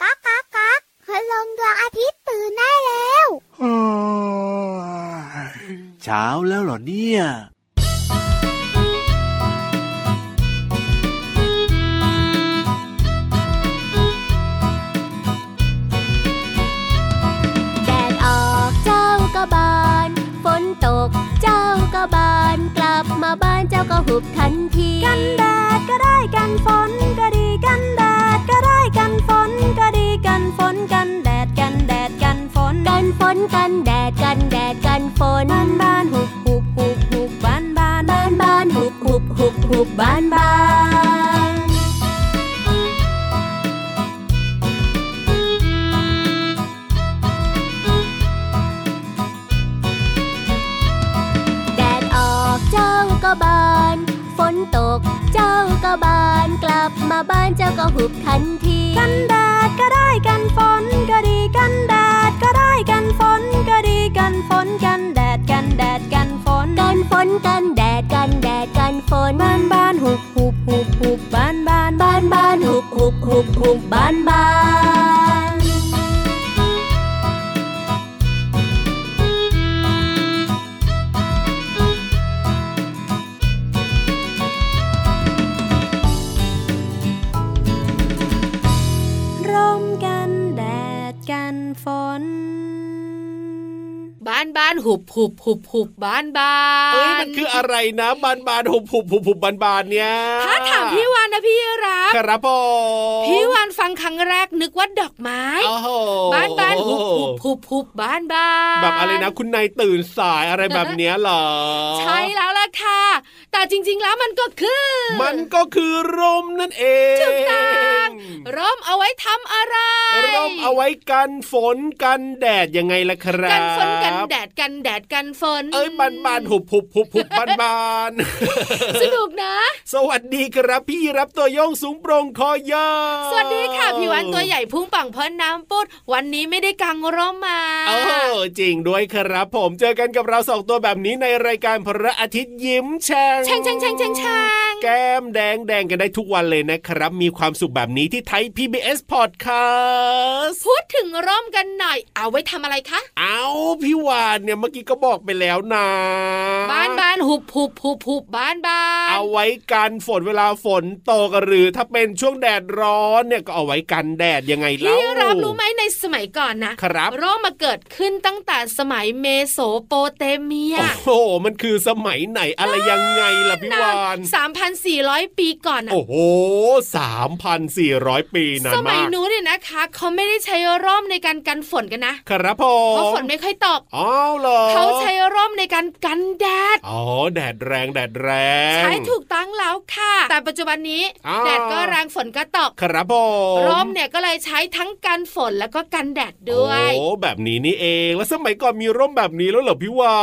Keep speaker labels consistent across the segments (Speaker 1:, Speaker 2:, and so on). Speaker 1: ก๊ากก๊ากก๊ากคุณลุงดวงอาทิตย์ตื่นได้แล้ว
Speaker 2: เช้าแล้วเหรอเนี่ย
Speaker 3: แดดออกเจ้าก็บาน ฝนตกเจ้าก็บาน กลับมาบ้านเจ้าก็หุบทันที กันแดดก็ได้กันฝนก็ดี กันแดดก็ได้กันฝนก็ดี กันฝนกันแดดกันแดดกันฝน กันฝนกันแดดกันแดดกันฝน บ้านบ้านหุบหุบหุบหุบบ้านบ้านบ้านบ้านหุบหุบหุบหุบบ้านบ้าน แดดออกเจ้าก็บาน ฝนตกเจ้าก็บาน กลับมาบ้านเจ้าก็หุบทันที กันแดดก็ได้กันฝนก็ดี กันแดดก็ได้กันฝนก็ดี กันฝนกันแดดกันแดดกันฝน กันฝนกันแดดกันแดดกันฝน บ้านบ้านหุบหุบหุบหุบบ้านบ้านบ้านบ้านหุบหุบหุบหุบบ้านบ้าน ร่มกันแดดกันฝน
Speaker 4: บ้านบ้านหุบหุบหุบหุบบ้านบ้า
Speaker 5: เอ้ยมัน นคืออะไรนะบานบานๆหุบหุบหุบหุบบานบานๆเนี่ย
Speaker 4: ถ้าถามพี่วานนะพี่รับ
Speaker 5: ครับผม
Speaker 4: พี่วานฟังครั้งแรกนึกว่าดอกไม้
Speaker 5: โอ้โห
Speaker 4: บ้านบ้านหุบหุบหุบหุบบ้านบ้าน
Speaker 5: แบบอะไรนะ คุณนายตื่นสายอะไรแบบเนี้ยเหรอ
Speaker 4: ใช่แล้วล่ะค่ะ แต่จริง ๆ แล้วมันก็คือ
Speaker 5: มันก็คือร่มนั่นเอง
Speaker 4: จุดตางร่มเอาไว้ทำอะไร
Speaker 5: ร่มเอาไว้กันฝนกันแดดยังไงล่ะครับ
Speaker 4: กันฝนกันแดดกันแดดกันฝน
Speaker 5: เอ้ยบานบานๆหุบหุบหุบหุบบานบานๆ
Speaker 4: สนุกนะ
Speaker 5: สวัสดีครับพี่รับตัวโยงสูงโปรงคอยาว
Speaker 4: สวัสดีค่ะพี่วันตัวใหญ่พุ่งปังพอน้ำปุดวันนี้ไม่ได้กังร่มมา
Speaker 5: โอ้จริงด้วยครับผมเจอกันกับเราสองตัวแบบนี้ในรายการพระอาทิตย์ยิ้มแฉ่ง
Speaker 4: แช่งแช่งแช่งแช่งแช่ง
Speaker 5: แก้มแดงแดงกันได้ทุกวันเลยนะครับ มีความสุขแบบนี้ที่ไทย PBS Podcast
Speaker 4: พูดถึงร่มกันหน่อย เอาไว้ทำอะไรคะ
Speaker 5: เอาพี่วานเนี่ยเมื่อกี้ก็บอกไปแล้วนะ
Speaker 4: บ้านบ้านหุบหุบหุบหุบบ้านบ้าน
Speaker 5: เอาไว้กันฝนเวลาฝนตกหรือถ้าเป็นช่วงแดดร้อนเนี่ยก็เอาไว้กันแดดยังไงเล่า
Speaker 4: พี่รับรู้ไหมในสมัยก่อนนะครับ ร่มมาเกิดขึ้นตั้งแต่สมัยเมโสโปเตเมีย
Speaker 5: โอ้โห มันคือสมัยไหนอะไรยังไงล่ะพี่วาน
Speaker 4: สามพันสี่ร้อยปีก่อนอะ
Speaker 5: โอ้โหสามพันสี่ร้อยปีนาน
Speaker 4: สมั
Speaker 5: มาย ก
Speaker 4: นู้นเนี่ยนะคะ เขาไม่ได้ใช้ร่มในการกันฝนกันนะครับ
Speaker 5: ผ
Speaker 4: เพราะ
Speaker 5: ม
Speaker 4: ฝนไม่ค่อยตก
Speaker 5: อ้าวเหรอ
Speaker 4: เขาใช้ร่มในการกันแดด
Speaker 5: อ๋อ แดดแรงแดดแรง
Speaker 4: ใช้ถูกต้องแล้วค่ะ แต่ปัจจุบันนี้
Speaker 5: อ้าว
Speaker 4: แดดก็แรงฝนก็ตก
Speaker 5: ครับผม
Speaker 4: ร่มเนี่ยก็เลยใช้ทั้งกันฝนแล้วก็กันแดดด้วย
Speaker 5: โอ้แบบนี้นี่เอง แล้วสมัยก่อนมีร่มแบบนี้แล้วเหรอพี่วา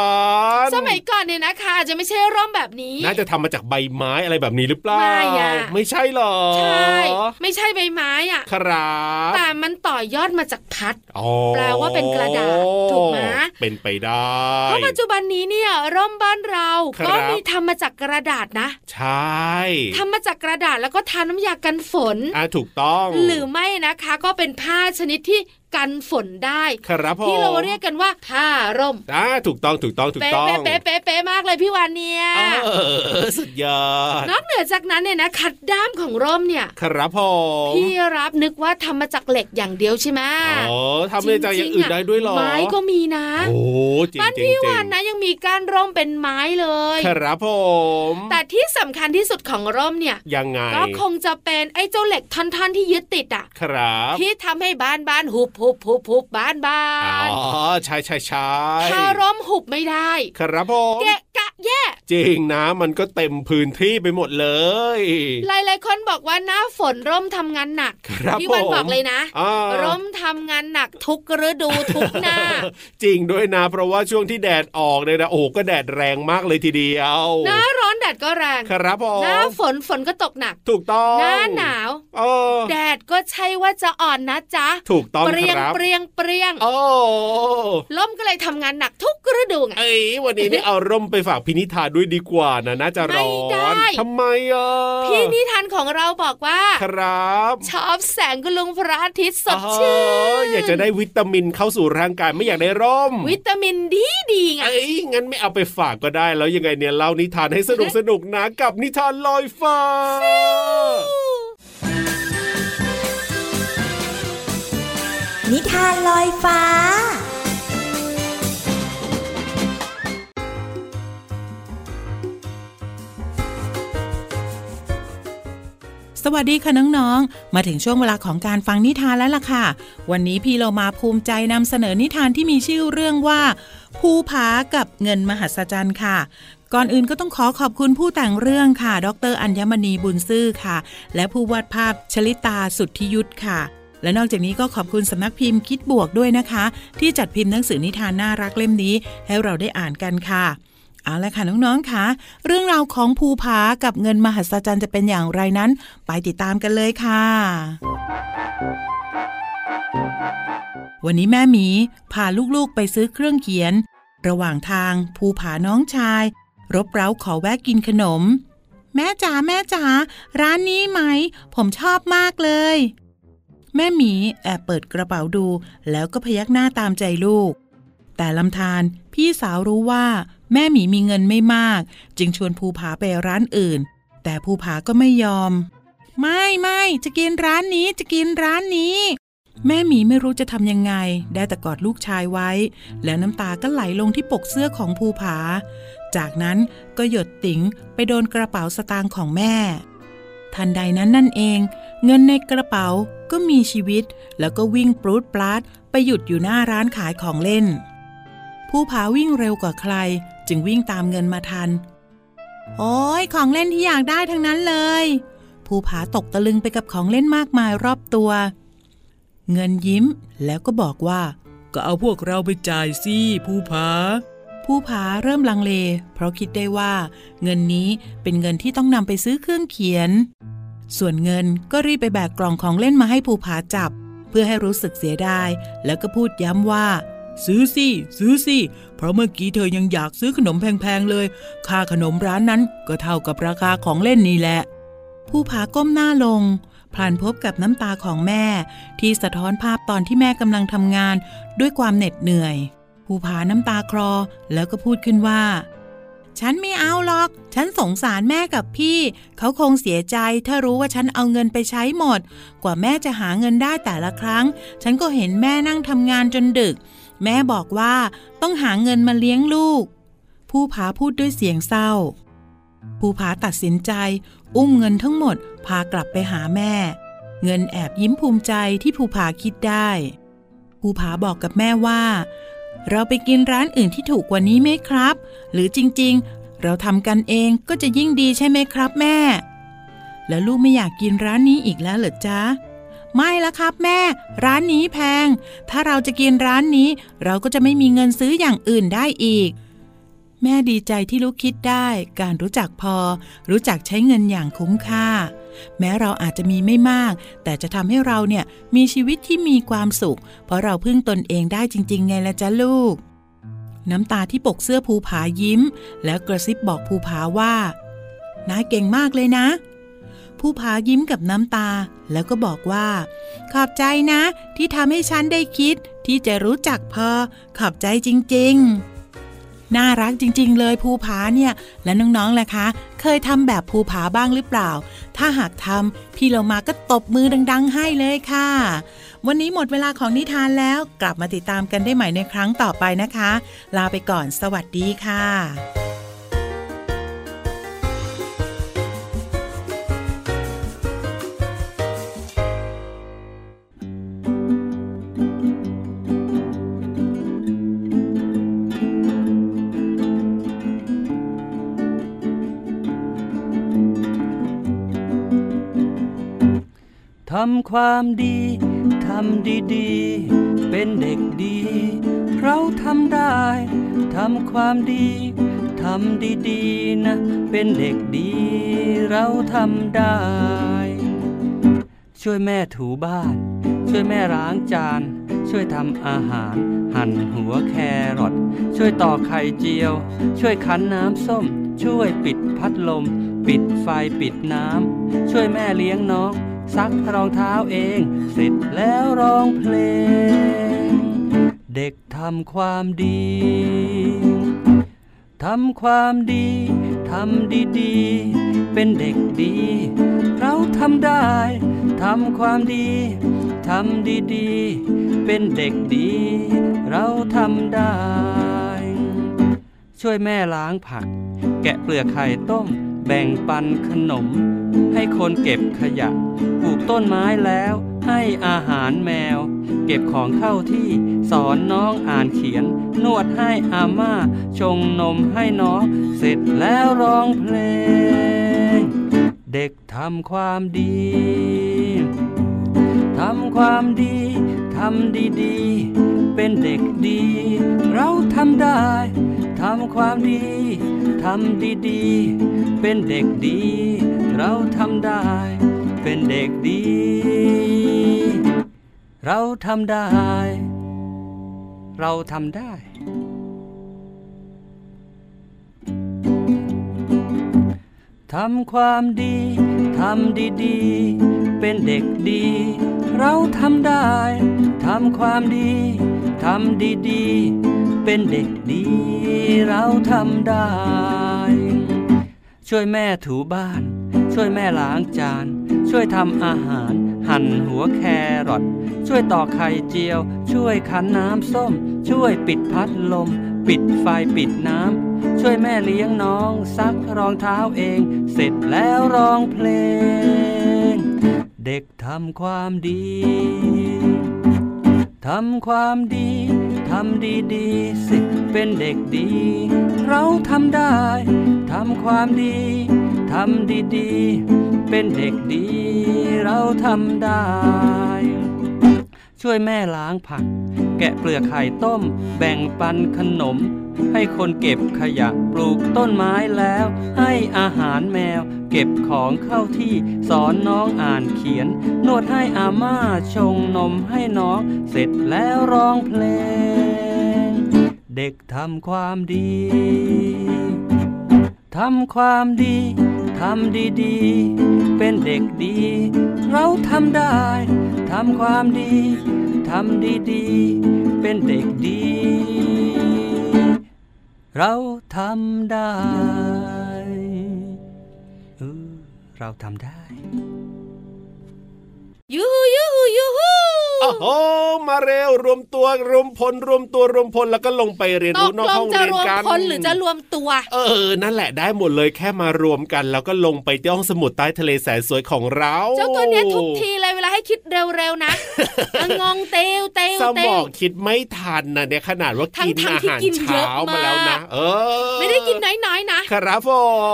Speaker 5: น
Speaker 4: สมัยก่อนเนี่ยนะคะอาจจะไม่ใช่ร่มแบบนี้
Speaker 5: น่าจะทำมาจากใบไม้อะไรแบบนี้หรือเปล่า
Speaker 4: ไม่อะ
Speaker 5: ไม่ใช่เหรอ
Speaker 4: ใช่ไม่ใช่ใบไม้อ่ะ
Speaker 5: ครับ
Speaker 4: แต่มันต่อยอดมาจากพัด
Speaker 5: อ๋อ
Speaker 4: แปลว่าเป็นกระดาษถูกไหม
Speaker 5: เป็นไปได้
Speaker 4: เพราะปัจจุบันนี้เนี่ยร่มบ้านเรา
Speaker 5: ครับ
Speaker 4: ก็มีทำมาจากกระดาษนะ
Speaker 5: ใช่
Speaker 4: ทำมาจากกระดาษแล้วก็ทาน้ำยากันฝน
Speaker 5: อ่ะถูกต้อง
Speaker 4: หรือไม่นะคะก็เป็นผ้าชนิดที่กันฝนได้
Speaker 5: ครับผม
Speaker 4: ที่เราเรียกกันว่าผ้าร่ม
Speaker 5: อ่ะถูกต้องถูกต้องถูก
Speaker 4: เป๊ะ
Speaker 5: ต้อง
Speaker 4: เป๊ะเป๊ะเป๊ะเป๊ะมากเลยพี่วานเนี่ย
Speaker 5: เออสุดยอด
Speaker 4: นอกเหนือจากนั้นเนี่ยนะขัดด้ามของร่มเนี่ย
Speaker 5: ครับผม
Speaker 4: พี่รับนึกว่าทำมาจากเหล็กอย่างเดียวใช่ไหม
Speaker 5: อ๋อทำได้จากอย่างอื่นได้ด้วยเหรอ
Speaker 4: ไม้ก็มีนะ
Speaker 5: โอ้จริง
Speaker 4: บ้าน
Speaker 5: จริงจริ
Speaker 4: พี่วาน
Speaker 5: ง
Speaker 4: นะยังมีก้านร่มเป็นไม้เลย
Speaker 5: ครับผม
Speaker 4: แต่ที่สำคัญที่สุดของร่มเนี่ย
Speaker 5: ยังไง
Speaker 4: ก็คงจะเป็นไอ้เจ้าเหล็กท่อนๆที่ยึดติดอ่ะ
Speaker 5: ครับ
Speaker 4: ที่ทำให้บ้านบ้านหุบหุบหุบหุบบ้านบ้า
Speaker 5: อ๋
Speaker 4: น
Speaker 5: อใช่ใช่ใช่
Speaker 4: ถ้าร่มหุบไม่ได้
Speaker 5: ครับผม
Speaker 4: เกะกะแย่
Speaker 5: จริงนะมันก็เต็มพื้นที่ไปหมดเลย
Speaker 4: หลายๆ คนบอกว่าหน้าฝนร่มทำงานหนัก
Speaker 5: ครับ
Speaker 4: พี่วั
Speaker 5: ผ
Speaker 4: น
Speaker 5: ม
Speaker 4: บอกเลยนะ
Speaker 5: อ่า
Speaker 4: ร่มทำงานหนักทุกฤดูทุกหน้า
Speaker 5: จริงด้วยนะ เพราะว่าช่วงที่แดดออกเนี่ยนะโอ้โหก็แดดแรงมากเลยทีเดียว
Speaker 4: หน้าร้อนแดดก็แรง
Speaker 5: ครับผ
Speaker 4: หน้าม ฝนฝนก็ตกหนัก
Speaker 5: ถูกต้อง
Speaker 4: หน้าหนาว
Speaker 5: อ โอ้
Speaker 4: แดดก็ใช่ว่าจะอ่อนนะจ๊ะ
Speaker 5: ถูกต้อง
Speaker 4: เปรียง
Speaker 5: ครับ
Speaker 4: เปรียงเปรียง
Speaker 5: โอ้
Speaker 4: ล่มก็เลยทำงานหนักทุกฤดูไง
Speaker 5: เอ้ยวันนี้ไม่เอาร่มไปฝากพินิธาด้วยดีกว่านะน่าจะร้อ
Speaker 4: ไม่ได้
Speaker 5: นทำไมอ่ะ
Speaker 4: พี่นิทานของเราบอกว่า
Speaker 5: ครับ
Speaker 4: ชอบแสงกุลุงพระอาทิตย์สดชื่
Speaker 5: อ๋อน อยากจะได้วิตามินเข้าสู่ร่างกายไม่อยากได้ร่ม
Speaker 4: วิตามินดีดีไง
Speaker 5: เอ้ยงั้นไม่เอาไปฝากก็ได้แล้วยังไงเนี่ยเล่านิทานให้สนุกสนุกนะกับนิทานลอยฟ้า
Speaker 3: นิทานลอยฟ้า
Speaker 6: สวัสดีค่ะน้องๆ มาถึงช่วงเวลาของการฟังนิทานแล้วล่ะค่ะ วันนี้พี่เรามาภูมิใจนำเสนอนิทานที่มีชื่อเรื่องว่า ภูผากับเงินมหัศจรรย์ค่ะ ก่อนอื่นก็ต้องขอขอบคุณผู้แต่งเรื่องค่ะ ดรอัญมณีบุญซื่อค่ะ และผู้วาดภาพชลิตาสุทธิยุทธค่ะ และนอกจากนี้ก็ขอบคุณสำนักพิมพ์คิดบวกด้วยนะคะ ที่จัดพิมพ์หนังสือนิทานน่ารักเล่มนี้ ให้เราได้อ่านกันค่ะ เอาละค่ะน้องๆค่ะ เรื่องราวของภูผากับเงินมหัศจรรย์จะเป็นอย่างไรนั้น ไปติดตามกันเลยค่ะ วันนี้แม่หมีพาลูกๆไปซื้อเครื่องเขียน ระหว่างทางภูผาน้องชาย รบเร้าขอแวะกินขนม แม่จ๋าแม่จ๋าร้านนี้ไหม ผมชอบมากเลย แม่หมีแอบเปิดกระเป๋าดู แล้วก็พยักหน้าตามใจลูก แต่ลำธารพี่สาวรู้ว่า แม่หมีมีเงินไม่มาก จึงชวนภูผาไปร้านอื่น แต่ภูผาก็ไม่ยอม ไม่ไม่จะกินร้านนี้จะกินร้านนี้ แม่หมีไม่รู้จะทำยังไง ได้แต่กอดลูกชายไว้ แล้วน้ำตาก็ไหลลงที่ปกเสื้อของภูผา จากนั้นก็หยดติ๋งไปโดนกระเป๋าสตางค์ของแม่ ทันใดนั้นนั่นเอง เงินในกระเป๋าก็มีชีวิต แล้วก็วิ่งปรูดปลาดไปหยุดอยู่หน้าร้านขายของเล่น ผู้ผาวิ่งเร็วกว่าใคร จึงวิ่งตามเงินมาทัน โอ้ยของเล่นที่อยากได้ทั้งนั้นเลย ภูผาตกตะลึงไปกับของเล่นมากมายรอบตัว เงินยิ้มแล้วก็บอกว่า ก็เอาพวกเราไปจ่ายสิภูผา ภูผาเริ่มลังเล เพราะคิดได้ว่า เงินนี้เป็นเงินที่ต้องนำไปซื้อเครื่องเขียน ส่วนเงินก็รีบไปแบกกล่องของเล่นมาให้ภูผาจับ เพื่อให้รู้สึกเสียดาย แล้วก็พูดย้ำว่า ซื้อสิซื้อสิเพราะเมื่อกี้เธอยังอยากซื้อขนมแพงๆเลย ค่าขนมร้านนั้นก็เท่ากับราคาของเล่นนี่แหละ ผู้ผาก้มหน้าลง พลันพบกับน้ำตาของแม่ ที่สะท้อนภาพตอนที่แม่กำลังทำงาน ด้วยความเหน็ดเหนื่อย ภูผาน้ำตาคลอแล้วก็พูดขึ้นว่า ฉันไม่เอาหรอก ฉันสงสารแม่กับพี่ เขาคงเสียใจถ้ารู้ว่าฉันเอาเงินไปใช้หมด กว่าแม่จะหาเงินได้แต่ละครั้ง ฉันก็เห็นแม่นั่งทำงานจนดึก แม่บอกว่าต้องหาเงินมาเลี้ยงลูก ผู้ผาพูดด้วยเสียงเศร้า ภูผาตัดสินใจ อุ้มเงินทั้งหมด พากลับไปหาแม่ เงินแอบยิ้มภูมิใจที่ภูผาคิดได้ภูผาบอกกับแม่ว่า เราไปกินร้านอื่นที่ถูกกว่านี้ไหมครับ หรือจริงๆ เราทำกันเองก็จะยิ่งดีใช่ไหมครับแม่ แล้วลูกไม่อยากกินร้านนี้อีกแล้วเหรอจ๊ะ ไม่ละครับแม่ ร้านนี้แพง ถ้าเราจะกินร้านนี้ เราก็จะไม่มีเงินซื้ออย่างอื่นได้อีก แม่ดีใจที่ลูกคิดได้ การรู้จักพอ รู้จักใช้เงินอย่างคุ้มค่า แม้เราอาจจะมีไม่มาก แต่จะทำให้เราเนี่ยมีชีวิตที่มีความสุข เพราะเราพึ่งตนเองได้จริง ๆ ไงละจ๊ะลูก น้ำตาที่ปกเสื้อภูผายิ้ม แล้วกระซิบบอกภูผาว่า นายเก่งมากเลยนะ ภูผายิ้มกับน้ำตา แล้วก็บอกว่า ขอบใจนะ ที่ทำให้ฉันได้คิด ที่จะรู้จักพอ ขอบใจจริง ๆ น่ารักจริง ๆ เลยภูผาเนี่ย และน้องๆล่ะคะ เคยทำแบบภูผาบ้างหรือเปล่า ถ้าหากทำพี่เรามาก็ตบมือดัง ๆ ให้เลยค่ะ วันนี้หมดเวลาของนิทานแล้วกลับมาติดตามกันได้ใหม่ในครั้งต่อไปนะคะ ลาไปก่อนสวัสดีค่ะ
Speaker 7: ทำความดี ทำดีๆ เป็นเด็กดี เราทำได้ ทำความดี ทำดีๆ นะ เป็นเด็กดี เราทำได้ ช่วยแม่ถูบ้าน ช่วยแม่ล้างจาน ช่วยทำอาหาร หั่นหัวแครอทช่วยต่อกไข่เจียว ช่วยคั้นน้ำส้ม ช่วยปิดพัดลม ปิดไฟปิดน้ำ ช่วยแม่เลี้ยงน้อง ซักรองเท้าเอง เสร็จแล้วร้องเพลง เด็กทำความดี ทำความดี ทำดีๆ เป็นเด็กดี เราทำได้ ทำความดี ทำดีๆ เป็นเด็กดี เราทำได้ ช่วยแม่ล้างผัก แกะเปลือกไข่ต้ม แบ่งปันขนม ให้คนเก็บขยะ ปลูกต้นไม้แล้ว ให้อาหารแมว เก็บของเข้าที่สอนน้องอ่านเขียน นวดให้อาม่า ชงนมให้น้อง เสร็จแล้วร้องเพลง เด็กทำความดี ทำความดี ทำดีๆ เป็นเด็กดี เราทำได้ ทำความดี ทำดีๆ เป็นเด็กดี เราทำได้ เป็นเด็กดี เราทำได้ เราทำได้ ทำความดี ทำดีๆ เป็นเด็กดี เราทำได้ ทำความดี ทำดีๆ เป็นเด็กดี เราทำได้ ช่วยแม่ถูบ้าน ช่วยแม่ล้างจาน ช่วยทำอาหาร หั่นหัวแครอท ช่วยต่อกไข่เจียว ช่วยคั้นน้ำส้ม ช่วยปิดพัดลม ปิดไฟปิดน้ำ ช่วยแม่เลี้ยงน้อง ซักรองเท้าเอง เสร็จแล้วร้องเพลง เด็กทำความดี ทำความดี ทำดีๆสิ เป็นเด็กดี เราทำได้ ทำความดี ทำดีๆ เป็นเด็กดี เราทำได้ ช่วยแม่ล้างผัก แกะเปลือกไข่ต้ม แบ่งปันขนม ให้คนเก็บขยะปลูกต้นไม้แล้ว ให้อาหารแมว เก็บของเข้าที่สอนน้องอ่านเขียน นวดให้อาม่าชงนมให้น้อง เสร็จแล้วร้องเพลง เด็กทำความดี ทำความดี ทำดีๆ เป็นเด็กดี เราทำได้ ทำความดี ทำดีๆ เป็นเด็กดี เราทำได้เออเราทำได้
Speaker 4: ยูฮูยูฮูยูฮู
Speaker 5: โอ้โหมาเร็วรวมตัวรวมพลรวมตัวรวมพลแล้วก็ลงไปเรียน
Speaker 4: ต
Speaker 5: รู้
Speaker 4: ก
Speaker 5: นอก
Speaker 4: ล
Speaker 5: ห้
Speaker 4: ง
Speaker 5: อง
Speaker 4: จะ
Speaker 5: เรีย
Speaker 4: ร
Speaker 5: น
Speaker 4: วม
Speaker 5: กัน
Speaker 4: คนหรือจะรวมตัว
Speaker 5: เออ นั่นแหละได้หมดเลยแค่มารวมกัน แล้วก็ลงไปที่ห้องสมุดใต้ทะเลแสนสวยของเรา
Speaker 4: เจ้าตัวเนี้ยทุกทีเลยเวลาให้คิดเร็วๆนะเอององเตวเตว
Speaker 5: ส
Speaker 4: เต
Speaker 5: มอ
Speaker 4: ว
Speaker 5: งคิดไม่ทันนะเนี่ยขนาดว่ากิน
Speaker 4: ทั้งๆ
Speaker 5: อาหาร
Speaker 4: ที่กินเยอะ
Speaker 5: เช้ามาแล้วนะ
Speaker 4: มาก
Speaker 5: เออ
Speaker 4: ไม่ได้กินน้อยๆนะครับ
Speaker 5: ผ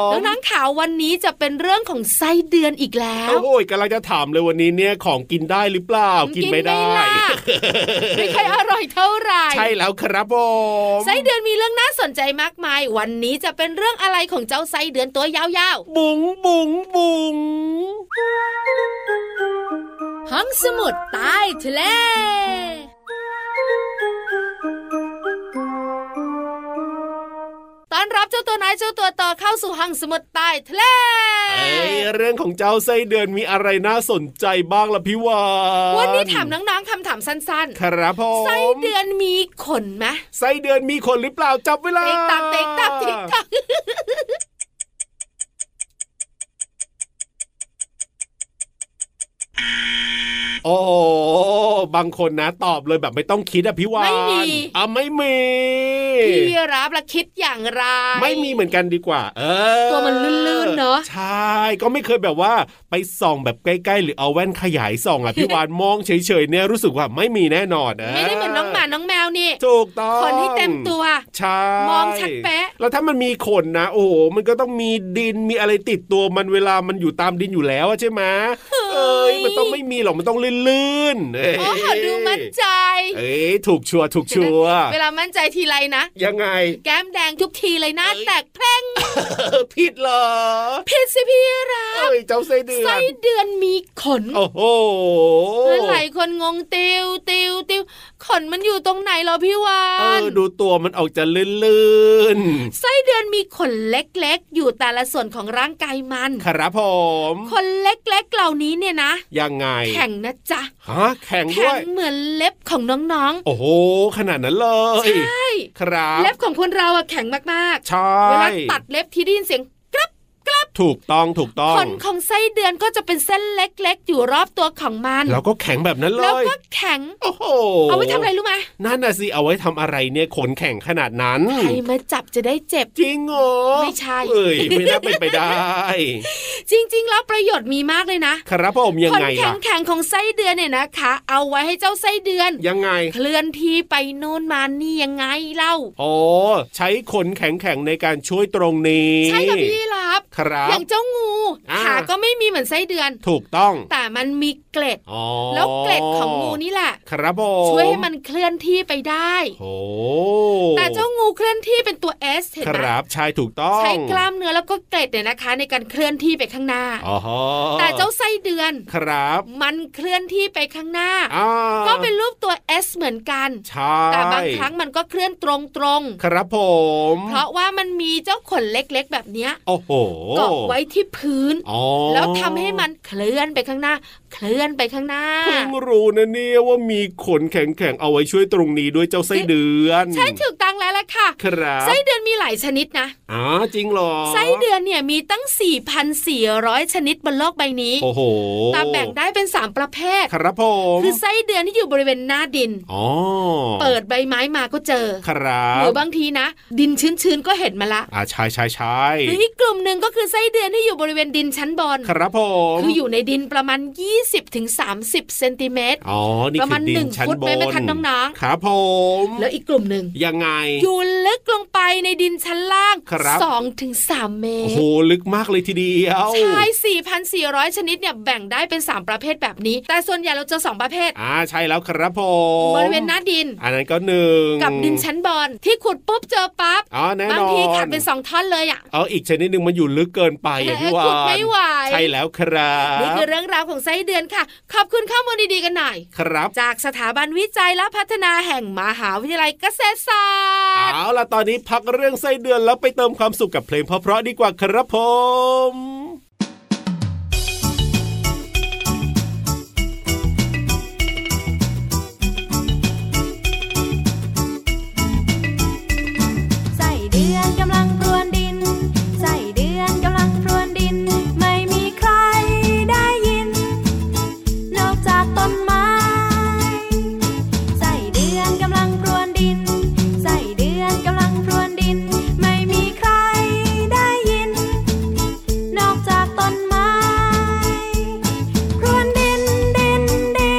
Speaker 5: ม
Speaker 4: น้องๆขาววันนี้จะเป็นเรื่องของไส้เดือนอีกแล้ว
Speaker 5: โอ้ยกำลังจะถามเลยวันนี้เนี่ยของกินได้หรือเปล่า กินไม่ได้
Speaker 4: กิน ไม่ล่ะ ไม่ค่อยอร่อยเท่าไหร่
Speaker 5: ใช่แล้วครับผม
Speaker 4: ไส้เดือนมีเรื่องน่าสนใจมากมาย วันนี้จะเป็นเรื่องอะไรของเจ้าไส้เดือนตัวยาว
Speaker 5: บุ๋งบุ๋งบุ๋ง
Speaker 4: ๆห้องสมุดใต้ทะเล ต้อนรับเจ้าตัวน้อยเจ้าตัวต่อเข้าสู่ห้องสมุดใต้ทะเล
Speaker 5: เอ้ยเรื่องของเจ้าไส้เดือนมีอะไรน่าสนใจบ้างล่ะพี่วาน
Speaker 4: วันนี้ถามน้องๆคำถามสั้น
Speaker 5: ครับผ
Speaker 4: ๆ
Speaker 5: ม
Speaker 4: ไส้เดือนมีขนไหม
Speaker 5: ไส้เดือนมีขนหรือเปล่าจับเวลา
Speaker 4: ติ๊กตักติ๊กตักติ๊กตัก
Speaker 5: โอ้โหบางคนนะตอบเลยแบบไม่ต้องคิดอะพี่วานอ่ะไม่มี
Speaker 4: พี่รับละคิดอย่างไร
Speaker 5: ไม่มีเหมือนกันดีกว่า เออ
Speaker 4: ตัวมันลื่นๆเนอะ
Speaker 5: ใช่ ก็ไม่เคยแบบว่าไปส่องแบบใกล้ๆ หรือเอาแว่นขยายส่องอะพี่วาน มองเฉยๆเนี่ยรู้สึกว่าไม่มีแน่นอนเ
Speaker 4: ไม่ได้เหมือนน้องหมา น้องแมวนี่
Speaker 5: ถูกต้อง
Speaker 4: ขนให้เต็มตัว
Speaker 5: ใช่
Speaker 4: มองชัดเป๊ะ
Speaker 5: แล้วถ้ามันมีขนนะ โอ้โหมันก็ต้องมีดินมีอะไรติดตัวมันเวลามันอยู่ตามดินอยู่แล้วอะใช่ไหมเอ้ย ยมันต้องไม่มีหรอกมันต้องลื่นๆเอ้ย
Speaker 4: โอ้โหดูมั่นใจ
Speaker 5: เอ้ยถูกชัวร์ถูกชัวร์
Speaker 4: เวลามั่นใจทีไรนะ
Speaker 5: ยังไง
Speaker 4: แก้มแดงทุกทีเลยหน้า
Speaker 5: เอ้ย
Speaker 4: แตกแพร่ง
Speaker 5: เออผิดเหรอ
Speaker 4: ผิดสิพี่รัก
Speaker 5: เอ้ยเจ้าไส้เดือ
Speaker 4: ไส้
Speaker 5: น
Speaker 4: เดือนมีขน
Speaker 5: โอ้โห
Speaker 4: หลายคนงงติวติวติวขนมันอยู่ตรงไหนเหรอพี่วา
Speaker 5: เอน อดูตัวมันออกจะลื่น
Speaker 4: ไส้เดือนมีขนเล็กๆ อยู่แต่ละส่วนของร่างกายมัน
Speaker 5: ๆครับผม
Speaker 4: ขนเล็กๆเหล่านี้เนี่ยนะ
Speaker 5: ยังไง
Speaker 4: แข็งนะจ๊ะ
Speaker 5: ฮะแข่งด้
Speaker 4: แข็
Speaker 5: ว
Speaker 4: ง
Speaker 5: ย
Speaker 4: เหมือนเล็บของน้อง
Speaker 5: โอ้โห ขนาดนั้นเลย
Speaker 4: ๆใช่
Speaker 5: ครับ
Speaker 4: เล็บของคนเราอะแข็งมาก
Speaker 5: ใช่
Speaker 4: ๆ เวลาตัดเล็บที่ได้ยินเสียงกรับกรับ
Speaker 5: ถูกต้องถูกต้อ
Speaker 4: ข
Speaker 5: ง
Speaker 4: นของไส้เดือนก็จะเป็นเส้นเล็กๆ อยู่รอบตัวของมัน
Speaker 5: แล้วก็แข็งแบบนั้นเล
Speaker 4: แล้ว
Speaker 5: ย
Speaker 4: ก็แข็ง
Speaker 5: โอ้โห
Speaker 4: เอาไว้ทำอะไรรู้ไหม
Speaker 5: นั่นน่ะสิเอาไว้ทำอะไรเนี่ยขนแข็งขนาดนั้น
Speaker 4: ใครมาจับจะได้เจ็บ
Speaker 5: จริงเหรอ
Speaker 4: ไม่ใช่
Speaker 5: เอ้ยไม่น่าเป็นไปได้
Speaker 4: จริง ๆ แล้วประโยชน์มีมากเลยนะครับ
Speaker 5: ผมยัง
Speaker 4: ขน
Speaker 5: ไง
Speaker 4: แข็
Speaker 5: ล่ะ
Speaker 4: งแข็งๆของไส้เดือนเนี่ยนะคะ เอาไว้ให้เจ้าไส้เดือน
Speaker 5: ยังไง
Speaker 4: เคลื่อนที่ไปนู่นมานี่ยังไงเล่า
Speaker 5: อ๋อใช้ขนแข็งๆในการช่วยตรงนี้
Speaker 4: ใช่ค่ะพี่รับ
Speaker 5: ครั
Speaker 4: อบ ย่างเจ้างู
Speaker 5: อ่า
Speaker 4: ขาก็ไม่มีเหมือนไส้เดือน
Speaker 5: ถูกต้อง
Speaker 4: แต่มันมีเกล็ด
Speaker 5: อ๋อ
Speaker 4: แล้วเกล็ดของงูนี่แหละ
Speaker 5: ครับผม
Speaker 4: ช่วยให้มันเคลื่อนที่ไปได้
Speaker 5: โอ้โห
Speaker 4: แต่เจ้างูเคลื่อนที่เป็นตัว S เห็น
Speaker 5: ค
Speaker 4: ไหม
Speaker 5: รับใช่ถูกต้อง
Speaker 4: ใช้กล้ามเนื้อแล้วก็เกล็ดเนี่ยนะคะ ในการเคลื่อนที่ไปข้างหน้า
Speaker 5: อ๋อฮะ
Speaker 4: แต่เจ้าไส้เดือน
Speaker 5: ครับ
Speaker 4: มันเคลื่อนที่ไปข้างหน้า
Speaker 5: อ่า
Speaker 4: ก็เป็นรูปตัว S เหมือนกัน
Speaker 5: ใช่
Speaker 4: แต่บางครั้งมันก็เคลื่อนตรงตรงๆ
Speaker 5: ครับผม
Speaker 4: เพราะว่ามันมีเจ้าขนเล็กๆ แบบเนี้ย
Speaker 5: โอ้โห
Speaker 4: เกาะไว้ที่พื้น
Speaker 5: อ๋อ
Speaker 4: แล้วทำให้มันเคลื่อนไปข้างหน้า เคลื่อนไปข้างหน้า
Speaker 5: เพิ่งรู้นะเนี่ยว่ามีขนแข็งๆเอาไว้ช่วยตรงนี้ด้วยเจ้าไส้เดือน
Speaker 4: ใช่ถูกตังแล้วล่ะค่ะ
Speaker 5: ครับ
Speaker 4: ไส้เดือนมีหลายชนิดนะ
Speaker 5: อ๋อจริงเหรอ
Speaker 4: ไส้เดือนเนี่ยมีตั้ง 4,400 ชนิดบนโลกใบนี้
Speaker 5: โอ้โห
Speaker 4: แต่แบ่งได้เป็น 3 ประเภท
Speaker 5: ครับผม
Speaker 4: คือไส้เดือนที่อยู่บริเวณหน้าดิน
Speaker 5: อ๋อ
Speaker 4: เปิดใบไม้มาก็เจอ
Speaker 5: ครั
Speaker 4: ห
Speaker 5: บ
Speaker 4: รือบางทีนะ ดินชื้นๆก็เห็นมาละ
Speaker 5: อ่าใช่ใช่ใช่
Speaker 4: หรืออีกกลุ่มหนึ่งก็คือไส้เดือนที่อยู่บริเวณดินชั้นบน
Speaker 5: ครับผม
Speaker 4: คืออยู่ในดินประมาณ 20-30เซนติเมตร
Speaker 5: อ๋อนี่
Speaker 4: ประ
Speaker 5: คือ
Speaker 4: มาณ
Speaker 5: ดิ
Speaker 4: หนึ่
Speaker 5: น
Speaker 4: ง
Speaker 5: ชั้น
Speaker 4: ฟุต
Speaker 5: บ
Speaker 4: ไหม
Speaker 5: น
Speaker 4: แม่ทันน้องๆ
Speaker 5: ครับผม
Speaker 4: แล้วอีกกลุ่มหนึ่ง
Speaker 5: ยังไง
Speaker 4: อยู่ลึกลงไปในดินชั้นล่าง
Speaker 5: ครับ
Speaker 4: สองถึงสามเม
Speaker 5: โอ้
Speaker 4: ต
Speaker 5: โห
Speaker 4: ร
Speaker 5: ลึกมากเลยทีเดียว
Speaker 4: ใช่ 4,400 ชนิดเนี่ยแบ่งได้เป็น 3 ประเภทแบบนี้ แต่ส่วนใหญ่เราเจอ 2 ประเภท
Speaker 5: อ่าใช่แล้วครับผม
Speaker 4: บริเวณหน้าดิน
Speaker 5: อันนั้นก็หนึ่ง
Speaker 4: กับดินชั้นบนที่ขุดปุ๊บเจอปั๊บ
Speaker 5: อ๋อแน่นอน
Speaker 4: บางทีขัดเป็นสองท่อนเลยอ่ะ
Speaker 5: เอาอีกชนิดหนึ่งมันอยู่ลึกเกินไปอย่างที่
Speaker 4: เออ
Speaker 5: ว่า
Speaker 4: ขุดไม่ไหว
Speaker 5: ใช่แล้วครั
Speaker 4: นี่คือบ เรื่องราวของไส้เดือนค่ะ ขอบคุณข้อมูลดีๆกันหน่อย
Speaker 5: ครับ
Speaker 4: จากสถาบันวิจัยและพัฒนาแห่งมหาวิทยาลัยเกษตรศาสตร์
Speaker 5: เอาล่ะตอนนี้พักเรื่องไส้เดือนแล้วไปเติมความสุขกับเพลงเพราะๆดีกว่าครับผม
Speaker 3: ใส่เดือนกำลังพรวนดิน ใส่เดือนกำลังพรวนดิน ไม่มีใครได้ยิน นอกจากต้นไม้ ใส่เดือนกำลังพรวนดิน ใส่เดือนกำลังพรวนดิน ไม่มีใครได้ยิน นอกจากต้นไม้ พรวนดินดินดี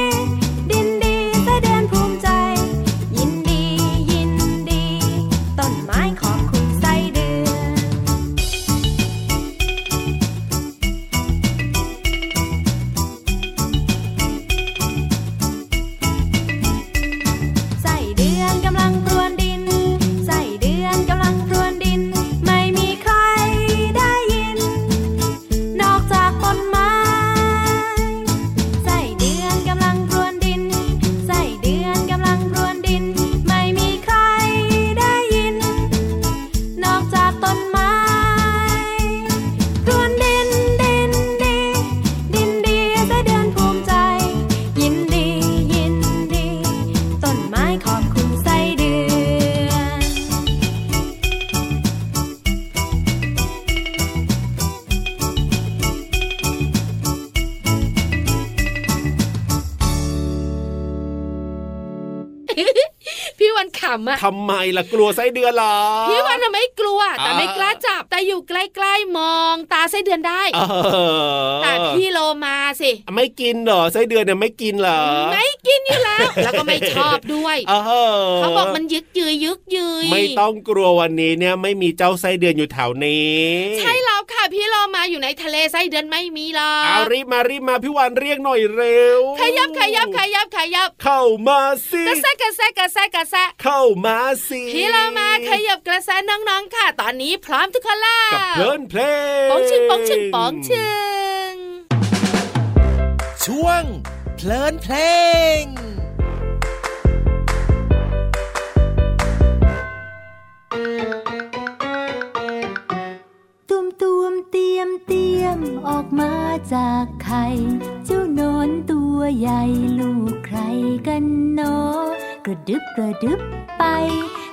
Speaker 3: ดินดีไส้เดือนภูมิใจ ยินดียินดี ต้นไม้ขอบคุณไส้เดือน ใส่เดือนกำลังพรวนดิน ใส่เดือนกำลังพรวนดิน ไม่มีใครได้ยิน นอกจากต้นไม้ ใส่เดือนกำลังพรวนดิน ใส่เดือนกำลังพรวนดิน ไม่มีใครได้ยิน นอกจากต้นไม้พรวนดินดินดี ดินดีไส้เดือนภูมิใจ ยินดียินดี ต้นไม้ขอบคุณไส้เดือน
Speaker 4: พี่วันขำอะ
Speaker 5: ทำไมล่ะกลัวไส้เดือนเหรอ
Speaker 4: พี่วันน่ะไม่กลัว แต่
Speaker 5: อ่า
Speaker 4: ไม่กล้าจับแต่อยู่ใกล้ๆมองตาไส้เดือนได้
Speaker 5: เออ
Speaker 4: แต่พี่โลมาสิ
Speaker 5: ไม่กินเหรอไส้เดือนเนี่ยไม่กินเหรอ
Speaker 4: ไม่กินอยู่ แล้ว แล้วก็ไม่ชอบด้วย
Speaker 5: เออ
Speaker 4: เขาบอกมันยึกยืยยึกยืย
Speaker 5: ไม่ต้องกลัววันนี้เนี่ยไม่มีเจ้าไส้เดือนอยู่แถวนี้
Speaker 4: ใช่แล้วค่ะพี่โลมาอยู่ในทะเลไส้เดือนไม่มีหรอ
Speaker 5: เอา
Speaker 4: ก
Speaker 5: รีบมารีบมาพี่วานเรียกหน่อยเร็ว
Speaker 4: ขยับขยับขยับขยับ
Speaker 5: เข้ามาสิ
Speaker 4: กระแซะกระแซะกระแซะกระแซะ
Speaker 5: เข้ามาสิ
Speaker 4: พี่โลมาขยับกระแซะน้องๆค่ะ ตอนนี้พร้อมทุกคนแล้ว
Speaker 5: กับเพลินเพลง
Speaker 4: ป๋องชิงป๋องชิงป๋องชิง
Speaker 2: ช่วง เพลินเพลง
Speaker 8: ตุมตุมเตรียมเตรียมออกมาจากไข่ เจ้าหนอนตัวใหญ่ลูกใครกันเนอกระดึบกระดึบไป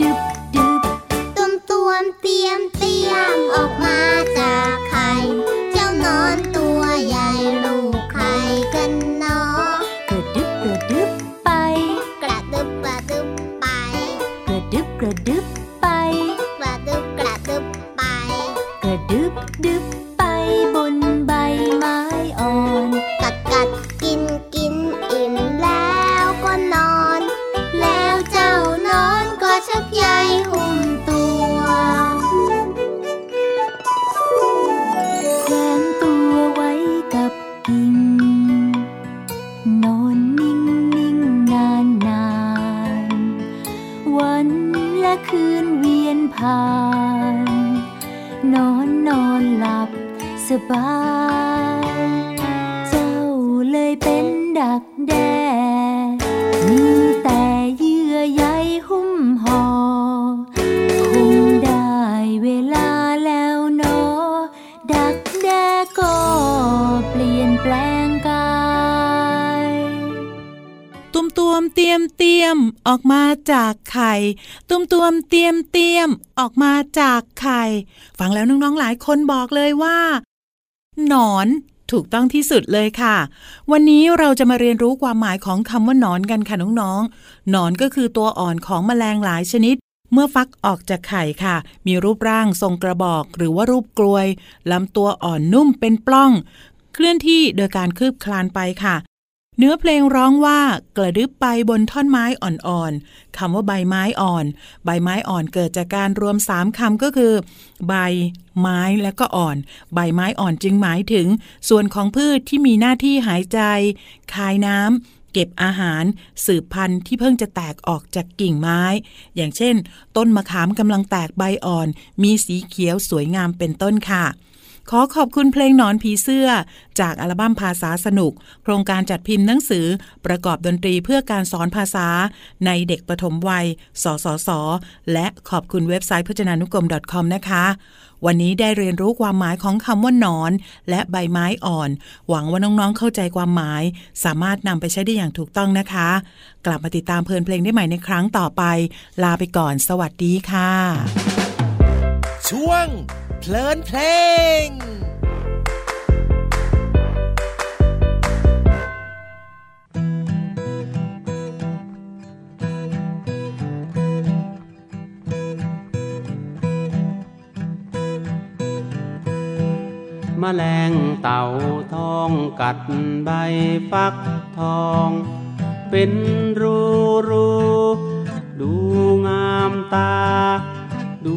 Speaker 8: ดึบดึบ
Speaker 1: ตุ่มตวมเตรียมเตรียมออกมาจากไข่ เจ้านอนตัวใหญ่ลูกไข่กันเนาะ
Speaker 8: กระดึบกระดึบไป
Speaker 1: กระดึบกระดึบไป
Speaker 8: กระดึบกระดึบไป
Speaker 1: กระดึบกระดึบไป
Speaker 8: กระดึบดึบไปบนใบไม้อ่อน
Speaker 1: กัดกัดกินกินอิ่มแล้วก็นอน แล้วเจ้านอนก็ชักใยหุ้มตัว
Speaker 8: แขวนตัวไว้กับกิ่ง นอนนิ่งนิ่งนานนานๆวันและคืนเวียนผ่าน นอนนอนหลับสบาย เจ้าเลยเป็นดักแด้ มีแต่เยื่อใยหุ้มห่อ คงได้เวลาแล้วเนอ ดักแด้ก็เปลี่ยนแปลงกาย
Speaker 6: ตุมตุมเตรียมเตรียมออกมาจากไข่ ตุมตุมเตรียมเตรียมออกมาจากไข่ ฟังแล้วน้องๆหลายคนบอกเลยว่าหนอนถูกต้องที่สุดเลยค่ะ วันนี้เราจะมาเรียนรู้ความหมายของคำว่าหนอนกันค่ะน้องๆหนอนก็คือตัวอ่อนของแมลงหลายชนิด เมื่อฟักออกจากไข่ค่ะ มีรูปร่างทรงกระบอก หรือว่ารูปกลวยลำตัวอ่อนนุ่มเป็นปล้อง เคลื่อนที่โดยการคืบคลานไปค่ะ เนื้อเพลงร้องว่ากระดึบไปบนท่อนไม้อ่อนๆ คำว่าใบไม้อ่อน ใบไม้อ่อนเกิดจากการรวมสามคำก็คือ ใบ ไม้และก็อ่อน ใบไม้อ่อนจึงหมายถึง ส่วนของพืชที่มีหน้าที่หายใจ คายน้ำ เก็บอาหาร สืบพันธุ์ที่เพิ่งจะแตกออกจากกิ่งไม้ อย่างเช่น ต้นมะขามกำลังแตกใบอ่อน มีสีเขียวสวยงามเป็นต้นค่ะ ขอขอบคุณเพลงหนอนผีเสื้อ จากอัลบั้มภาษาสนุก โครงการจัดพิมพ์หนังสือ ประกอบดนตรีเพื่อการสอนภาษา ในเด็กปฐมวัย สสส และขอบคุณเว็บไซต์พจนานุกรม .com นะคะ วันนี้ได้เรียนรู้ความหมายของคำว่าหนอน และใบไม้อ่อน หวังว่าน้องๆเข้าใจความหมาย สามารถนำไปใช้ได้อย่างถูกต้องนะคะ กลับมาติดตามเพลินเพลงได้ใหม่ในครั้งต่อไป ลาไปก่อน สวัสดีค่ะ
Speaker 2: ช่วง เพลินเพลง
Speaker 9: มแมลงเต่าทองกัดใบฟักทอง เป็นรูรูดูงามตา ดู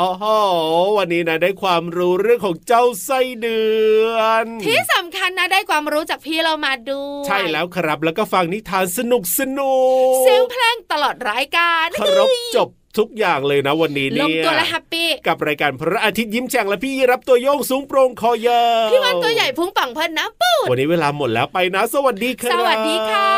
Speaker 5: อ๋อโหวันนี้นะได้ความรู้เรื่องของเจ้าไส้เดือน
Speaker 4: ที่สำคัญนะได้ความรู้จากพี่เรามาด้วย
Speaker 5: ใช่แล้วครับ แล้วก็ฟังนิทานสนุกสนุก
Speaker 4: เสียงเพลงตลอดรายการ
Speaker 5: ครบจบทุกอย่างเลยนะวันนี้
Speaker 4: ลง
Speaker 5: เนี่ย
Speaker 4: ตัวและแฮปปี้
Speaker 5: กับรายการพระอาทิตย์ยิ้มแฉ่งและพี่รับตัวโยงสูงโปร่งคอเยา
Speaker 4: พี่วันตัวใหญ่พุงปังเพิ่นนะปูด
Speaker 5: วันนี้เวลาหมดแล้วไปนะ สวัสดีครับ
Speaker 4: สวัสดีค่ะ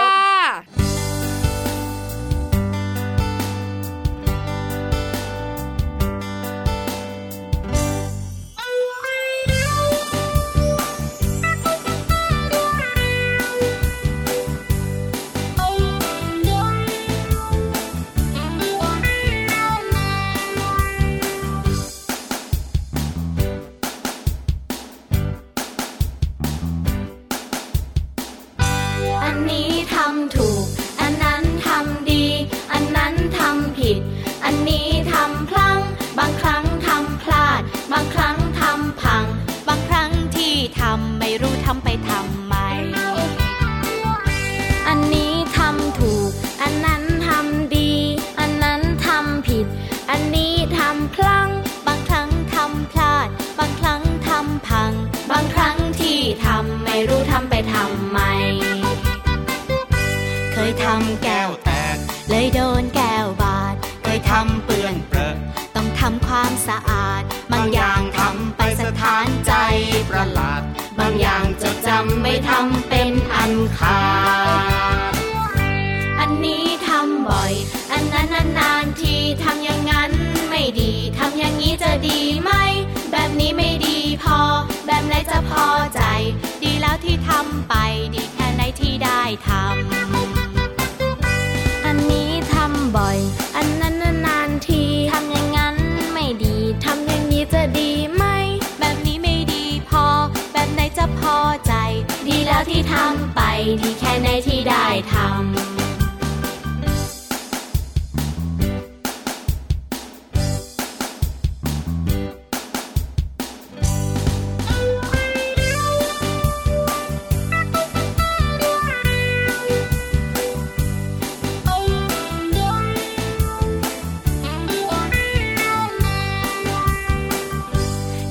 Speaker 10: อันนี้ทำถูก อันนั้นทำดี อันนั้นทำผิด อันนี้ทำพลั้ง บางครั้งทำพลาด บางครั้งทำพัง บางครั้งที่ทำไม่รู้ทำไปทำไม อันนี้ทำถูก อันนั้นทำดี อันนั้นทำผิด อันนี้ทำพลั้ง บางครั้งทำพลาด บางครั้งทำพัง บางครั้งที่ทำไม่รู้ทำไปทำไม เคยทำแก้วแตก เลยโดนแก้วบาด เคยทำเปื้อนเปรอะต้องทำความสะอาด บางอย่างทำไปสถานใจประหลาด บางอย่างจดจำไม่ทำเป็นอันขาด อันนี้ทำบ่อย อันนั้นนานๆทีทำอย่างนั้นไม่ดี ทำอย่างนี้จะดีไหม แบบนี้ไม่ดีพอ แบบไหนจะพอใจ ดีแล้วที่ทำไป ดีแค่ไหนที่ได้ทำ อันนี้ทำบ่อย อันนั้นนานๆที ทำอย่างนั้นไม่ดี ทำอย่างนี้จะดีไหม แบบนี้ไม่ดีพอ แบบไหนจะพอใจ ดีแล้วที่ทำไป ดีแค่ไหนที่ได้ทำ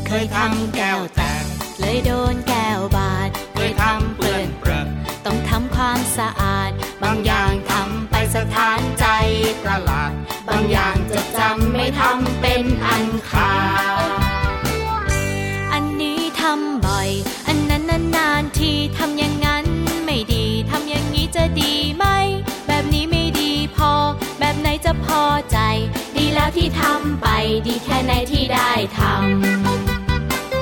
Speaker 9: เคยทำแก้วแตก
Speaker 10: เลยโดนแก้วบาด
Speaker 9: เคยทำเปื้อนเปรอะ
Speaker 10: ต้องทำความสะอาด บางอย่างทำไปสถานใจ
Speaker 9: ประหลาด
Speaker 10: บางอย่างจดจำไม่ทำเป็นอันขาด อันนี้ทำบ่อย อันนั้นนานๆทีทำอย่างนั้นไม่ดี ทำอย่างนี้จะดีไหม แบบนี้ไม่ดีพอ แบบไหนจะพอใจ ดีแล้วที่ทำไป ดีแค่ไหนที่ได้ทำ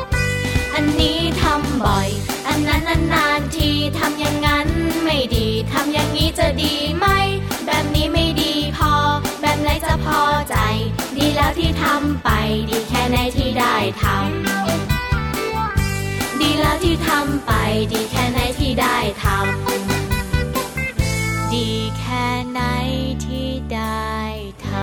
Speaker 10: อันนี้ทำบ่อย อันนั้นนานๆทีทำอย่างนั้นไม่ดี ทำอย่างนี้จะดีไหม แบบนี้ไม่ดีพอ แบบไหนจะพอใจ ดีแล้วที่ทำไป ดีแค่ไหนที่ได้ทำ ดีแล้วที่ทำไป ดีแค่ไหนที่ได้ทำ ดีแค่ไหนที่ได้ทำ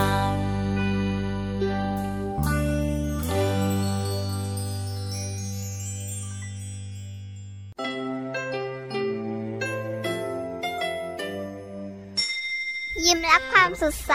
Speaker 1: ยิ้มรับความสดใส